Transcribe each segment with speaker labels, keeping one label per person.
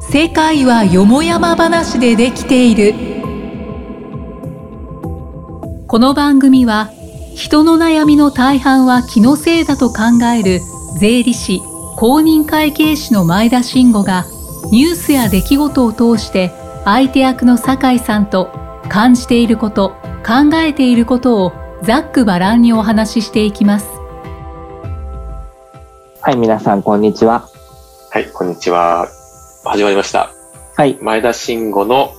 Speaker 1: 世界はよもやま話でできているこの番組は人の悩みの大半は気のせいだと考える税理士公認会計士の前田慎吾がニュースや出来事を通して相手役の酒井さんと感じていること考えていることをざっくばらんにお話ししていきます
Speaker 2: はい、皆さん、こんにちは。
Speaker 3: はい、こんにちは。始まりました。
Speaker 2: はい、
Speaker 3: 前田慎吾の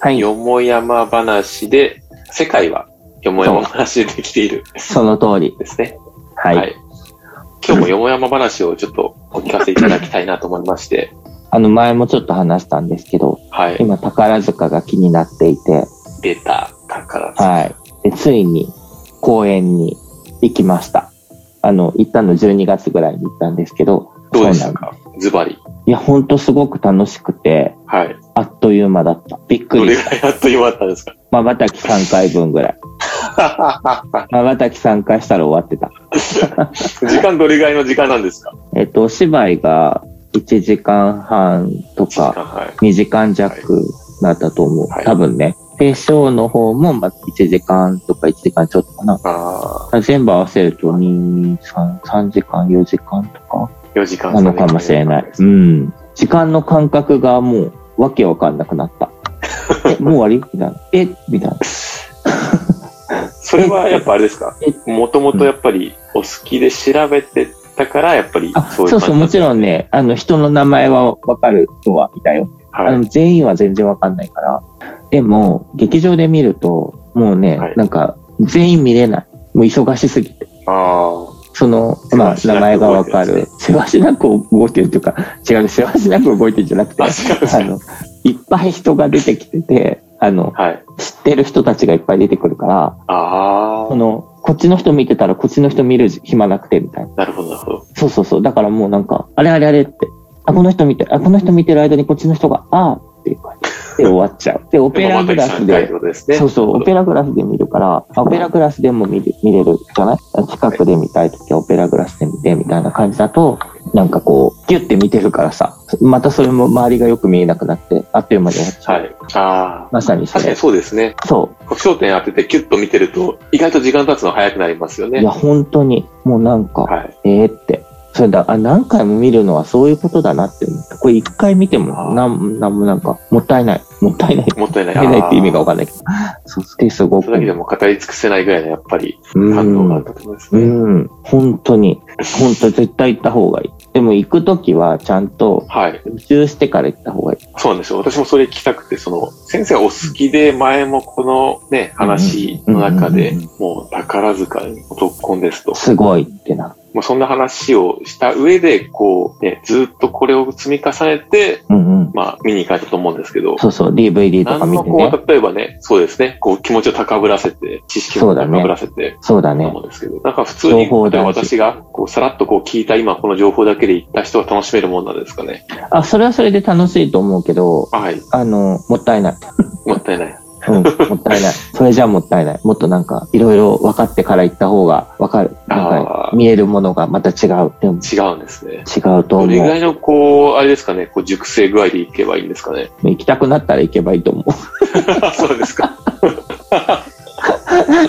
Speaker 2: はい、
Speaker 3: よもやま話で、世界はよもやま話でできている
Speaker 2: その通り。
Speaker 3: ですね。
Speaker 2: はい。
Speaker 3: 今日もよもやま話をちょっとお聞かせいただきたいなと思いまして、
Speaker 2: あの、前もちょっと話したんですけど、
Speaker 3: はい、
Speaker 2: 今、宝塚が気になっていて、
Speaker 3: 出た宝塚。
Speaker 2: はい。でついに、公演に行きました。あの、行ったの12月ぐらいに行ったんですけど、
Speaker 3: どうでした
Speaker 2: そうなん
Speaker 3: かズバリ。
Speaker 2: いや、ほんとすごく楽しくて、
Speaker 3: はい。
Speaker 2: あっという間だった。びっく
Speaker 3: ど
Speaker 2: り
Speaker 3: れ。ぐらいあっという間だったん ですか
Speaker 2: まばたき3回分ぐらい。まばたき3回したら終わってた。
Speaker 3: 時間どれぐらいの時間なんですか
Speaker 2: えっと、お芝居が1時間半と
Speaker 3: 時間
Speaker 2: か、
Speaker 3: はい。
Speaker 2: 2時間弱だったと思う。
Speaker 3: はい
Speaker 2: 多分ね。で、ショーの方も、まあ、1時間とか1時間ちょっとかな。
Speaker 3: あ
Speaker 2: 全部合わせると、2、3、3時間、4時間とか
Speaker 3: ー4時間
Speaker 2: なのかもしれない。うん。時間の感覚がもう、わけわかんなくな った。え、もう終わりみたいな。えみたいな。
Speaker 3: それはやっぱあれですかもともとやっぱりお好きで調べてたから、やっぱり
Speaker 2: あ、そ
Speaker 3: そ
Speaker 2: う
Speaker 3: いうう感じ
Speaker 2: そうもちろんね、あの、人の名前はわかる人はいたよ。
Speaker 3: は
Speaker 2: あ
Speaker 3: い。
Speaker 2: の全員は全然わかんないから。でも、劇場で見ると、もうね、
Speaker 3: はい
Speaker 2: なんか、全員見れない。もう忙しすぎて。
Speaker 3: あ
Speaker 2: その、まあ、
Speaker 3: せ
Speaker 2: 名
Speaker 3: わしな
Speaker 2: 前
Speaker 3: く
Speaker 2: が
Speaker 3: 動い
Speaker 2: わ
Speaker 3: てる
Speaker 2: か
Speaker 3: んですね
Speaker 2: る。せわしなく動いてるというか、違う、せわしなく動いてるんじゃなくて、
Speaker 3: あ
Speaker 2: あ
Speaker 3: 違う違う
Speaker 2: の、いっぱい人が出てきてて、あの、
Speaker 3: あ。はい。
Speaker 2: 知ってる人たちがいっぱい出てくるから、
Speaker 3: あ
Speaker 2: こ
Speaker 3: あ。
Speaker 2: の、こっちの人見てたらこっちの人見る暇なくてみたいな。
Speaker 3: なるほど、なるほど。
Speaker 2: そうそうそう。だからもうなんか、あれあれあれって、あ、この人見て、あ、この人見てる間にこっちの人が、ああっていう感じで終わっちゃう。で、オペラグラス
Speaker 3: でもまた一緒
Speaker 2: で
Speaker 3: に帰るって、ことですね。
Speaker 2: そうそう、オペラグラスで見るから、あオペラグラスでも見る見れるじゃない近くで見たいときはオペラグラスで見てみたいな感じだと、なんかこう、ギュッて見てるからさ、またそれも周りがよく見えなくなって、あっという間に終わっちゃう。
Speaker 3: はい。ああ。
Speaker 2: まさにそ
Speaker 3: 確か
Speaker 2: れ
Speaker 3: に。そうですね。
Speaker 2: そ
Speaker 3: こう焦点当ててキュッと見てると、意外と時間経つの早くなりますよ
Speaker 2: う。
Speaker 3: ね。
Speaker 2: いや、本当に、もうなんか、
Speaker 3: はい。
Speaker 2: ええって。それだ、あ、何回も見るのはそういうことだなって思った。これ一回見て
Speaker 3: あ
Speaker 2: も、
Speaker 3: ー
Speaker 2: なん、なんもなんか、もったいない。もったいない。
Speaker 3: もったいない。
Speaker 2: 見ないって意味がわ
Speaker 3: か
Speaker 2: かんないけど。そうしてすごく。
Speaker 3: それだけでも語り尽くせないぐらいの、やっぱり、
Speaker 2: うん
Speaker 3: 反応があったと思いますね。
Speaker 2: うん、本当に。本当絶対行った方がいい。でも行くときはちゃんと
Speaker 3: はい。
Speaker 2: 予習してから行った方がいい。
Speaker 3: そうなんですよ。私もそれ聞きたくて、その、先生お好きで、前もこのね、話の中
Speaker 2: うん
Speaker 3: で
Speaker 2: うんうん、
Speaker 3: もう宝塚に男婚ですと。
Speaker 2: すごいってな。
Speaker 3: もうそんな話をした上で、こう、ね、ずっとこれを積み重ねて、
Speaker 2: うんうん。
Speaker 3: まあ、見に行かれたと思うんですけど、
Speaker 2: そうそう、DVD とか
Speaker 3: 何
Speaker 2: 見
Speaker 3: の
Speaker 2: て
Speaker 3: こ
Speaker 2: ね。
Speaker 3: う、例えばね、そうですね、こう、気持ちを高ぶらせて、知識
Speaker 2: そ
Speaker 3: を
Speaker 2: うだ
Speaker 3: 高
Speaker 2: ね
Speaker 3: ぶらせて、
Speaker 2: そうだ
Speaker 3: と
Speaker 2: ね
Speaker 3: 思。うんですけど、なんか普通に、
Speaker 2: 情報
Speaker 3: 例えば
Speaker 2: 大事
Speaker 3: 私が、こう、さらっとこう、聞いた今、この情報だけで言った人は楽しめるもんなんですかね。
Speaker 2: あ、それはそれで楽しいと思うけど、
Speaker 3: はい、
Speaker 2: あの、もったいない。
Speaker 3: もったいない。
Speaker 2: うん、もったい ない。それじゃもったいない。もっとなんか、いろいろ分かってから行った方が分かる。なん
Speaker 3: あ
Speaker 2: か、
Speaker 3: ー
Speaker 2: 見えるものがまた違う。でも、
Speaker 3: 違うんですね。
Speaker 2: 違うと
Speaker 3: ど
Speaker 2: 思
Speaker 3: れぐら
Speaker 2: う。
Speaker 3: いの、こう、あれですかね、こう、熟成具合でいけばいいんですかね。
Speaker 2: 行きたくなったら行けばいいと思 う。
Speaker 3: そうですか。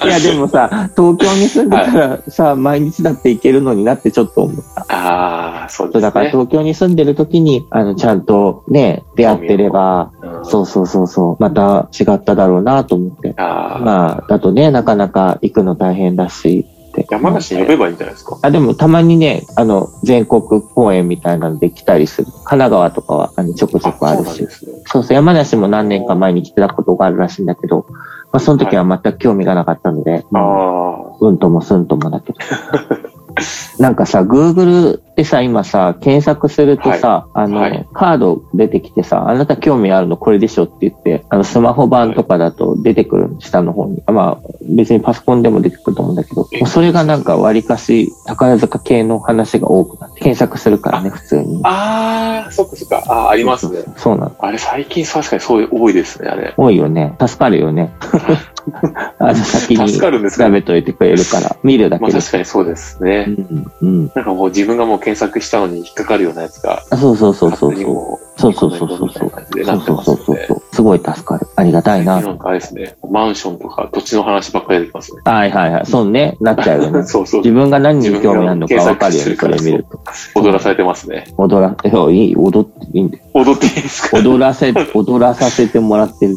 Speaker 2: いや、でもさ、東京に住んでたらさ、毎日だって行けるのになってちょっと思った。
Speaker 3: ああ、そう
Speaker 2: そ
Speaker 3: で
Speaker 2: う
Speaker 3: す
Speaker 2: だから
Speaker 3: ね。
Speaker 2: 東京に住んでる時に、あの、ちゃんとね、出会ってれば、
Speaker 3: うん
Speaker 2: そうそうそうそう、また違っただろうなと思って。
Speaker 3: あー
Speaker 2: まあ、だとね、なかなか行くの大変だし、って。
Speaker 3: 山梨に呼べばいいんじゃないですか。
Speaker 2: あ、でもたまにね、あの、全国公演みたいなので来たりする。神奈川とかは、あの、ちょこちょこあ
Speaker 3: そう
Speaker 2: る
Speaker 3: なん
Speaker 2: し
Speaker 3: で。すね。
Speaker 2: そうそう、山梨も何年か前に来てたことがあるらしいんだけど、まあ、その時は全く興味がなかったので、
Speaker 3: あ
Speaker 2: まあ
Speaker 3: あ、
Speaker 2: うんともすんともだけど。 なんかさ、Google でさ、今さ、検索するとさ、あの、
Speaker 3: はい
Speaker 2: カード出てきてさ、あなた興味あるのこれでしょって言って、あの、スマホ版とかだと出てくる、下の方に。まあ、別にパソコンでも出てくると思うんだけど
Speaker 3: え、
Speaker 2: それがなんか割かし、宝塚系の話が多くなって、検索するからね、普通に。
Speaker 3: ああ、そっかそっか。ああ、ありますね。
Speaker 2: そうなの。
Speaker 3: あれ、最近確かにそう多いですね、あれ。
Speaker 2: 多いよね。助かるよね。あの先に
Speaker 3: 助かるんですか
Speaker 2: 調べといてくれるから、見るだ
Speaker 3: まあ
Speaker 2: けで
Speaker 3: 確
Speaker 2: す。
Speaker 3: かにそうですね。
Speaker 2: うん、うん。
Speaker 3: なんかもう自分がもう検索したのに引っかかるようなやつが、
Speaker 2: あそうそうそうそう
Speaker 3: 勝手に
Speaker 2: そう。
Speaker 3: も
Speaker 2: そうそうそうそうそう。
Speaker 3: コ
Speaker 2: そ
Speaker 3: メン
Speaker 2: う
Speaker 3: トみ
Speaker 2: そうそうそう
Speaker 3: たいな感じでなってます
Speaker 2: そう。すごい助かる。ありがたいな。
Speaker 3: なんかあれですね、マンションとか土地の話ばっかりできますね。
Speaker 2: はいはいはい。そうね。なっちゃうよ ね。
Speaker 3: そうそう
Speaker 2: 自。分が何に興味あるのか分かるよね、
Speaker 3: 自
Speaker 2: そ
Speaker 3: 分が
Speaker 2: れ
Speaker 3: 検索
Speaker 2: 見ると。
Speaker 3: 踊らされてますね。
Speaker 2: 踊ら、いやいい、踊っていいんだよ。
Speaker 3: 踊っていいですか
Speaker 2: 踊らせ、 踊らさせてもらってる。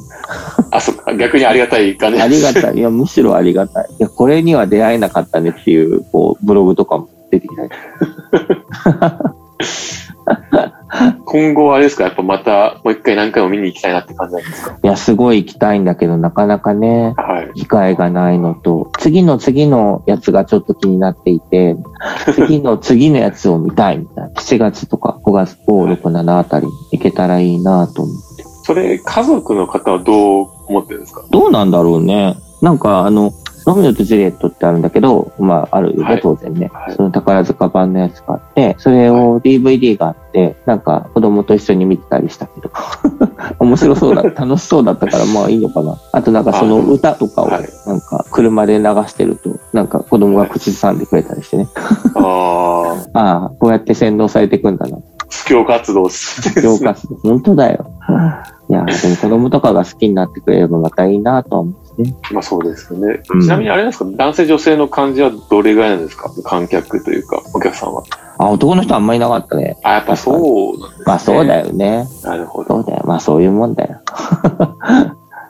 Speaker 3: あ、そっか。逆にありがたい感じ
Speaker 2: ありがたい。いや、むしろありがたい。いや、これには出会えなかったねっていう、こう、ブログとかも出てきたり。
Speaker 3: 今後はあれですかやっぱまた、もう一回何回も見に行きたいなって感じなんですか
Speaker 2: いや、すごい行きたいんだけど、なかなかね、
Speaker 3: はい。
Speaker 2: 機会がないのと、次の次のやつがちょっと気になっていて、 次の次のやつを見たいみたいな。7月とか5月5、6、7あたりに行けたらいいなと思う。
Speaker 3: それ、家族の方はどう思ってるんですか
Speaker 2: どうなんだろうね。なんかあの、ロミオとジュリエットってあるんだけど、まああるよね、
Speaker 3: はい
Speaker 2: 当然ね。
Speaker 3: はい
Speaker 2: その宝塚版のやつがあって、それを DVD があって、なんか子供と一緒に見てたりした けど。面白そうだ、楽しそうだったからまあいいのかな。あとなんかその
Speaker 3: あ
Speaker 2: 歌とかを
Speaker 3: はい
Speaker 2: なんか車で流してると、なんか子供が口ずさんでくれたりしてね。
Speaker 3: ああ、
Speaker 2: ああ、こうやって洗脳されていくんだな。
Speaker 3: 布教活動するんで
Speaker 2: 浄
Speaker 3: すね
Speaker 2: 化する。本当だよ。いや、でも子供とかが好きになってくれればまたいいなとは思うんですね。
Speaker 3: まあそうですよね。
Speaker 2: うん
Speaker 3: ちなみにあれなんですか男性女性の感じはどれぐらいなんですか観客というか、お客さんは。
Speaker 2: あ、男の人あんまりいなかったね。
Speaker 3: あ、やっぱそうなんですね。
Speaker 2: まあそうだよね。
Speaker 3: なるほ
Speaker 2: そ
Speaker 3: ど。
Speaker 2: うだよ。まあそういうもんだよ。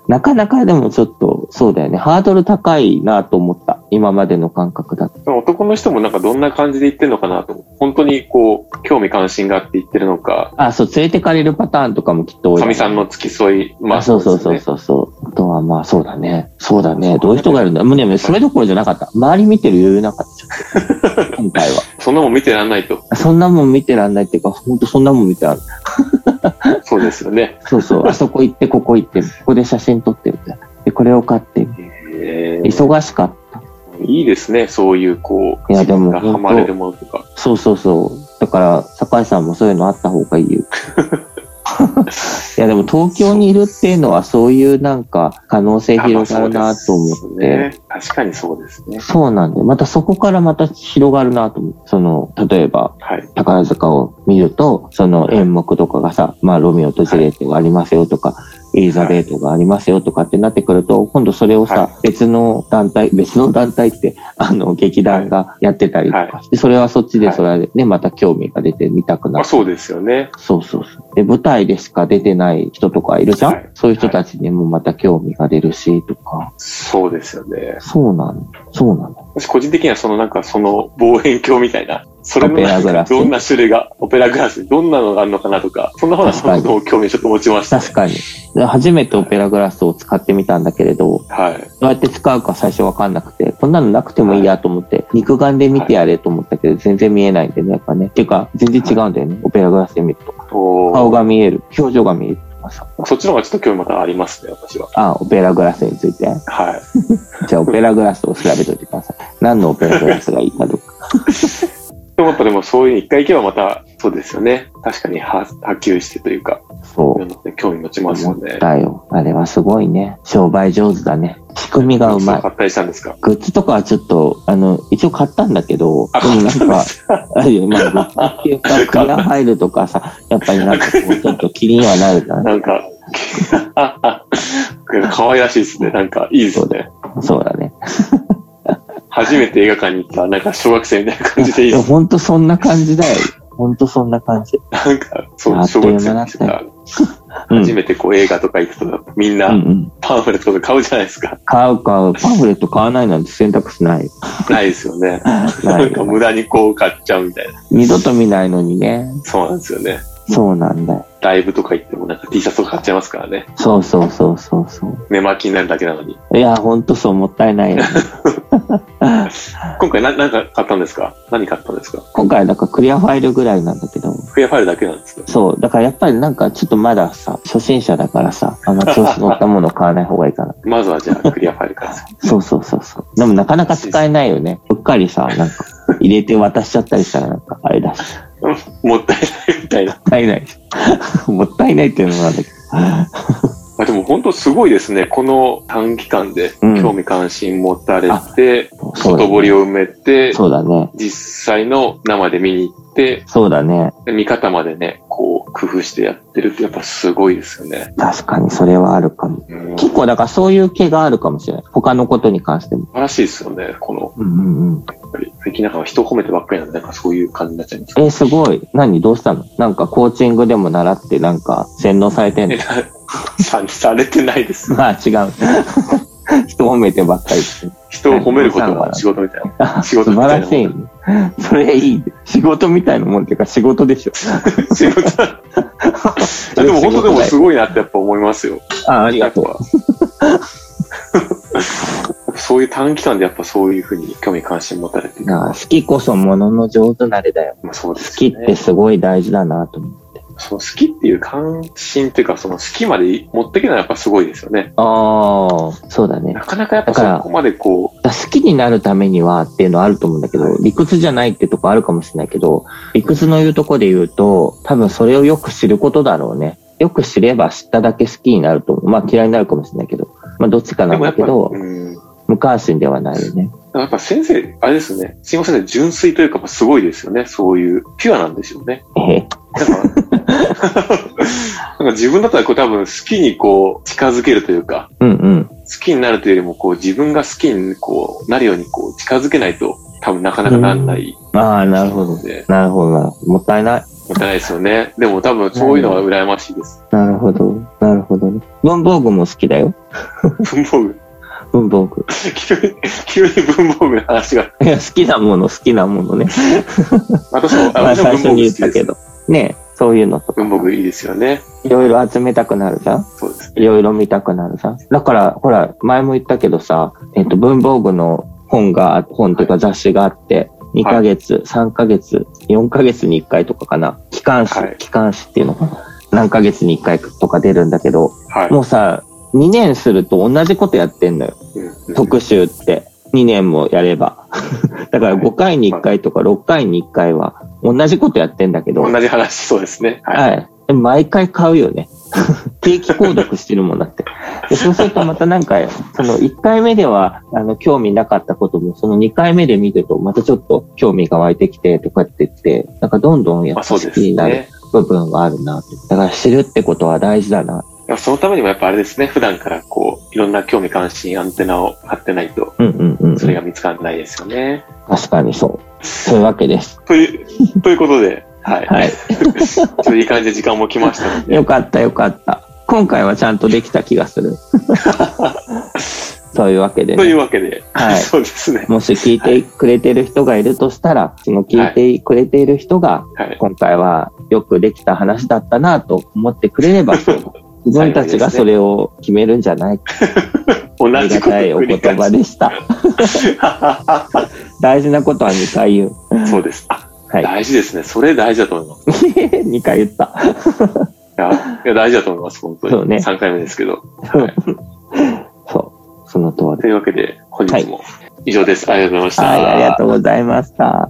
Speaker 2: なかなかでもちょっと、そうだよね。ハードル高いなと思った。今までの感覚だと。
Speaker 3: 男の人もなんかどんな感じで言ってるのかなと。本当にこう、興味関心があって言ってるのか、
Speaker 2: あ、そう、連れてかれるパターンとかもきっと多い。
Speaker 3: 神さんの付き添い、ま
Speaker 2: あ、
Speaker 3: あ
Speaker 2: そうそう
Speaker 3: です
Speaker 2: そ
Speaker 3: ね
Speaker 2: うそうそう。あとはまあそうだね。そうだね。どういう人
Speaker 3: そうだ
Speaker 2: が
Speaker 3: ね
Speaker 2: いるんだもうね、それどころじゃなかった。周り見てる余裕なかった。ちょ っと今回は。
Speaker 3: そんなもん見てらんないと。
Speaker 2: そんなもん見てらんないっていうか、ほんとそんなもん見てらんない。
Speaker 3: そうですよね。
Speaker 2: そう そう。あそこ行って、ここ行って、ここで写真撮ってるみたいな。で、これを買って、
Speaker 3: えー
Speaker 2: 忙しかった。
Speaker 3: いいですね、そういうこう、
Speaker 2: いやでも
Speaker 3: 自分がハマれるものとか。
Speaker 2: そうそうそう。だから、酒井さんもそういうのあった方がい いよ。いや、でも東京にいるっていうのは、そういうなんか可能性広がるなと思
Speaker 3: あまあそう
Speaker 2: っ
Speaker 3: で
Speaker 2: て。
Speaker 3: すね確かにそうですね。
Speaker 2: そうなんで、またそこからまた広がるなと思って。その、例えば、
Speaker 3: はい。
Speaker 2: 宝塚を見ると、その演目とかがさ、まあ、ロミオとジュリエットがありますよとか、エリザベートがありますよとかってなってくると、今度それをさ、
Speaker 3: は
Speaker 2: 別の団体、別の団体って、あの、劇団がやってたりとかして、
Speaker 3: は
Speaker 2: それはそっちで
Speaker 3: はい
Speaker 2: それはね、また興味が出て見たくな
Speaker 3: まあ
Speaker 2: る。
Speaker 3: そうですよね。
Speaker 2: そうそうそう。で、舞台でしか出てない人とかいるじゃん、
Speaker 3: はい
Speaker 2: そういう人たちにもまた興味が出るし、とか。
Speaker 3: そうですよね。
Speaker 2: そうなの。そうなの。
Speaker 3: 私個人的にはそのなんかその望遠鏡みたいな、それの
Speaker 2: オペラグ
Speaker 3: な
Speaker 2: ラ
Speaker 3: んか
Speaker 2: ス
Speaker 3: どんな種類が、オペラグラス、どんなのがあるのかなとか、そんな話
Speaker 2: 確かに
Speaker 3: の興味ちょっと持ちましたね、
Speaker 2: 確かに。で初めてオペラグラスを使ってみたんだけれど、
Speaker 3: はい。
Speaker 2: どうやって使うか最初わかんなくて、こんなのなくてもいいやと思って、肉眼で見てやれと思ったけど、全然見えないんでね、やっぱね。っていうか、全然違うんだよね、オペラグラスで見ると。
Speaker 3: おー
Speaker 2: 顔が見える、表情が見えるとかさ。
Speaker 3: そっちの方がちょっと興味またありますね、私は。
Speaker 2: あ、オペラグラスについて。
Speaker 3: はい。
Speaker 2: じゃあ、オペラグラスを調べといてください。何のオペラグラスがいいかどうか。
Speaker 3: でもやっぱでもそういう一回行けばまた、そうですよね。確かには波及してというか、い
Speaker 2: そ
Speaker 3: ろ
Speaker 2: う。
Speaker 3: んなね興味持ちますよ
Speaker 2: 思
Speaker 3: ね
Speaker 2: っ。たよ。あれはすごいね。商売上手だね。仕組みがうまい
Speaker 3: 買。ったりしたんですか
Speaker 2: グッズとかはちょっと、あの、一応買ったんだけど、
Speaker 3: あ
Speaker 2: でもなんか、あれよ、まあ、グッズっていうか、クリアファイルとかさ、 やっぱりなんかこう、ちょっと気にはなるじゃん。
Speaker 3: なんか、 可愛らしいですね。なんか、いいですね。
Speaker 2: そうだね。
Speaker 3: 初めて映画館に行った、なんか小学生みたいな感じでいい
Speaker 2: い
Speaker 3: で
Speaker 2: や
Speaker 3: す。
Speaker 2: ほんとそんな感じだよ。ほんとそんな感じ。
Speaker 3: なんか、
Speaker 2: あ
Speaker 3: そう、
Speaker 2: っと
Speaker 3: 小
Speaker 2: いう
Speaker 3: 学
Speaker 2: 間だ
Speaker 3: 生
Speaker 2: った
Speaker 3: とか、
Speaker 2: うん。
Speaker 3: 初めてこう映画とか行くと、みん
Speaker 2: うんう。
Speaker 3: なんパンフレットとか買うじゃないですか。
Speaker 2: 買う買う。パンフレット買わないなんて選択肢ない。
Speaker 3: ないですよね。
Speaker 2: な
Speaker 3: なん
Speaker 2: い
Speaker 3: か無駄にこう買っちゃうみたいな。
Speaker 2: 二度と見ないのにね。
Speaker 3: そうなんですよね。
Speaker 2: そうなんだよ。
Speaker 3: ライブとか行ってもなんか T シャツとか買っちゃいますからね。
Speaker 2: そうそうそうそうそう。
Speaker 3: 寝巻きになるだけなのに。
Speaker 2: いや、ほんとそう、もったいないよ ね。
Speaker 3: 今回な、なんか買ったんですか何買ったんですか
Speaker 2: 今回、なんかクリアファイルぐらいなんだけど、
Speaker 3: クリアファイルだけなんですか
Speaker 2: そう、だからやっぱりなんかちょっとまださ、初心者だからさ、あんま調子乗ったもの買わない方がいいかな。
Speaker 3: まずはじゃあクリアファイ ルからです。
Speaker 2: そうそうそうそう。でもなかなか使えないよね。うっかりさ、なんか入れて渡しちゃったりしたらなんかあれだし。
Speaker 3: もったいないみたいな。
Speaker 2: もったいない。もったいないっていうのもなんだけど。
Speaker 3: まあでも本当すごいですね。この短期間で
Speaker 2: うん
Speaker 3: 興味関心持たれて、
Speaker 2: そうだ
Speaker 3: 外堀
Speaker 2: ね。
Speaker 3: を埋めて、
Speaker 2: そうだね。
Speaker 3: 実際の生で見に行って、
Speaker 2: そうだね。
Speaker 3: で見方までね、こう、工夫してやってるってやっぱすごいですよね。
Speaker 2: 確かにそれはあるかも。
Speaker 3: うん素
Speaker 2: 結構だからそういう気があるかもしれない。他のことに関しても。
Speaker 3: 晴らしいですよね。この、
Speaker 2: うんうんうん。
Speaker 3: やっぱり、最近なんか人を褒めてばっかりなんで、なんかそういう感じになっちゃいます
Speaker 2: え、すごい。何どうしたのなんかコーチングでも習ってなんか洗脳されて んの
Speaker 3: えなさされてないです。
Speaker 2: まあ違う。 人褒めてばっかりって。
Speaker 3: 人を褒めることが仕事みたいな。仕事
Speaker 2: 素
Speaker 3: みた
Speaker 2: 晴
Speaker 3: い
Speaker 2: ら
Speaker 3: な
Speaker 2: しいね。それいいね。仕事みたいなもんっていうか仕事でしょ。
Speaker 3: 仕事だ。 でも本当でもすごいなってやっぱ思いますよ。
Speaker 2: あありがとう。
Speaker 3: う。 そういう短期間でやっぱそういうふうに興味関心持たれていく
Speaker 2: なあ好きこそものの上手なれだよ。
Speaker 3: まあそうで
Speaker 2: 好
Speaker 3: す
Speaker 2: き
Speaker 3: よ
Speaker 2: っ
Speaker 3: ね。
Speaker 2: てすごい大事だなと思う。
Speaker 3: その好きっていう関心っていうか、その好きまで持っていけないのはやっぱすごいですよね。
Speaker 2: ああ、そうだね。
Speaker 3: なかなかやっぱ
Speaker 2: だから
Speaker 3: そこまでこ
Speaker 2: だから好きになるためにはっていうのはあると思うんだけど、理屈じゃないってとこあるかもしれないけど、理屈の言うとこで言うと、多分それをよく知ることだろうね。よく知れば知っただけ好きになると思う。まあ嫌いになるかもしれないけど、まあどっちか
Speaker 3: う、
Speaker 2: なん
Speaker 3: や
Speaker 2: だ
Speaker 3: っ
Speaker 2: け
Speaker 3: ぱ、
Speaker 2: ど、
Speaker 3: うん。だか
Speaker 2: 無関心ではないよね。
Speaker 3: らやっぱ先生、あれですね。慎吾先生、純粋というか、やっぱすごいですよね。そういう、ピュアなんですよね。
Speaker 2: ええ
Speaker 3: だから、なんか自分だったらこう多分好きにこう、近づけるというか、
Speaker 2: うんうん。
Speaker 3: 好きになるというよりも、こう、自分が好きにこうなるようにこう近づけないと、多分なかなかなんない。
Speaker 2: ああ、なるほど。
Speaker 3: で、
Speaker 2: なるほどな。もったいない。
Speaker 3: もったいないですよね。でも多分そういうのは羨ましいです。
Speaker 2: なるほど。なるほどね。文房具も好きだよ。
Speaker 3: 文房具。
Speaker 2: 文房具。
Speaker 3: 急に、急に文房具の話が。
Speaker 2: いや、好きなもの、好きなものね。
Speaker 3: 私も、
Speaker 2: まあ、
Speaker 3: 私
Speaker 2: 最初
Speaker 3: も文房具
Speaker 2: に
Speaker 3: 好
Speaker 2: 言っ
Speaker 3: きで
Speaker 2: たけ
Speaker 3: す。
Speaker 2: ど。ねえそういうのとか。
Speaker 3: 文房具いいですよね。
Speaker 2: いろいろ集めたくなるじゃん
Speaker 3: そうです。
Speaker 2: いろいろ見たくなるさ。だから、ほら、前も言ったけどさ、えっ、と、文房具の本が、本とか雑誌があって、2ヶ月、3ヶ月、4ヶ月に1回とかかな。期間誌、
Speaker 3: はい
Speaker 2: 期間誌っていうのかな。何ヶ月に1回とか出るんだけど、
Speaker 3: はい。
Speaker 2: もうさ、2年すると同じことやってんのよ。
Speaker 3: うん
Speaker 2: 特集って。2年もやれば。 だから5回に1回とか6回に1回は、同じことやってんだけど、
Speaker 3: 同じ話、そうですね。はい。
Speaker 2: はい。毎回買うよね。 定期購読してるもんだって。でそうするとまたなんか、その1回目では、あの、興味なかったことも、その2回目で見ると、またちょっと興味が湧いてきて、とかって言って、なんかどんどんやっ
Speaker 3: まあ
Speaker 2: ぱ
Speaker 3: そう
Speaker 2: 好
Speaker 3: です
Speaker 2: きになる
Speaker 3: ね。
Speaker 2: 部分があるなと。だから知るってことは大事だな。
Speaker 3: まあそのためにもやっぱあれですね。普段からこう、いろんな興味関心、アンテナを張ってないと、
Speaker 2: うんうんうんうん。
Speaker 3: それが見つからないですよね。
Speaker 2: 確かにそう。そういうわけです。
Speaker 3: という、ということで、はい。
Speaker 2: はい。
Speaker 3: ちょっといい感じで時間も来ましたので。
Speaker 2: よかったよかった。今回はちゃんとできた気がす る。そういうわけでね。
Speaker 3: というわけで、
Speaker 2: はい
Speaker 3: そうですね。
Speaker 2: もし聞いてくれてる人がいるとしたら、その聞いてくれている人が、
Speaker 3: はい。
Speaker 2: 今回はよくできた話だったなと思ってくれれば、自分たちがそれを決めるんじゃないか。あ
Speaker 3: 同
Speaker 2: り
Speaker 3: じ
Speaker 2: が
Speaker 3: ことを
Speaker 2: たいお
Speaker 3: 繰
Speaker 2: 言
Speaker 3: り返
Speaker 2: 葉
Speaker 3: し
Speaker 2: でした。 大事なことは2回言う。
Speaker 3: そうです。あ、
Speaker 2: はい。
Speaker 3: 大事ですね。それ大事だと思います。い
Speaker 2: 2回言った。
Speaker 3: や、いや大事だと思います。本当
Speaker 2: そう
Speaker 3: に。
Speaker 2: ね
Speaker 3: 3回目ですけど。
Speaker 2: そう。その通り。
Speaker 3: というわけで、本日も以上です。ありがとうございました。
Speaker 2: はい、ありがとうございました。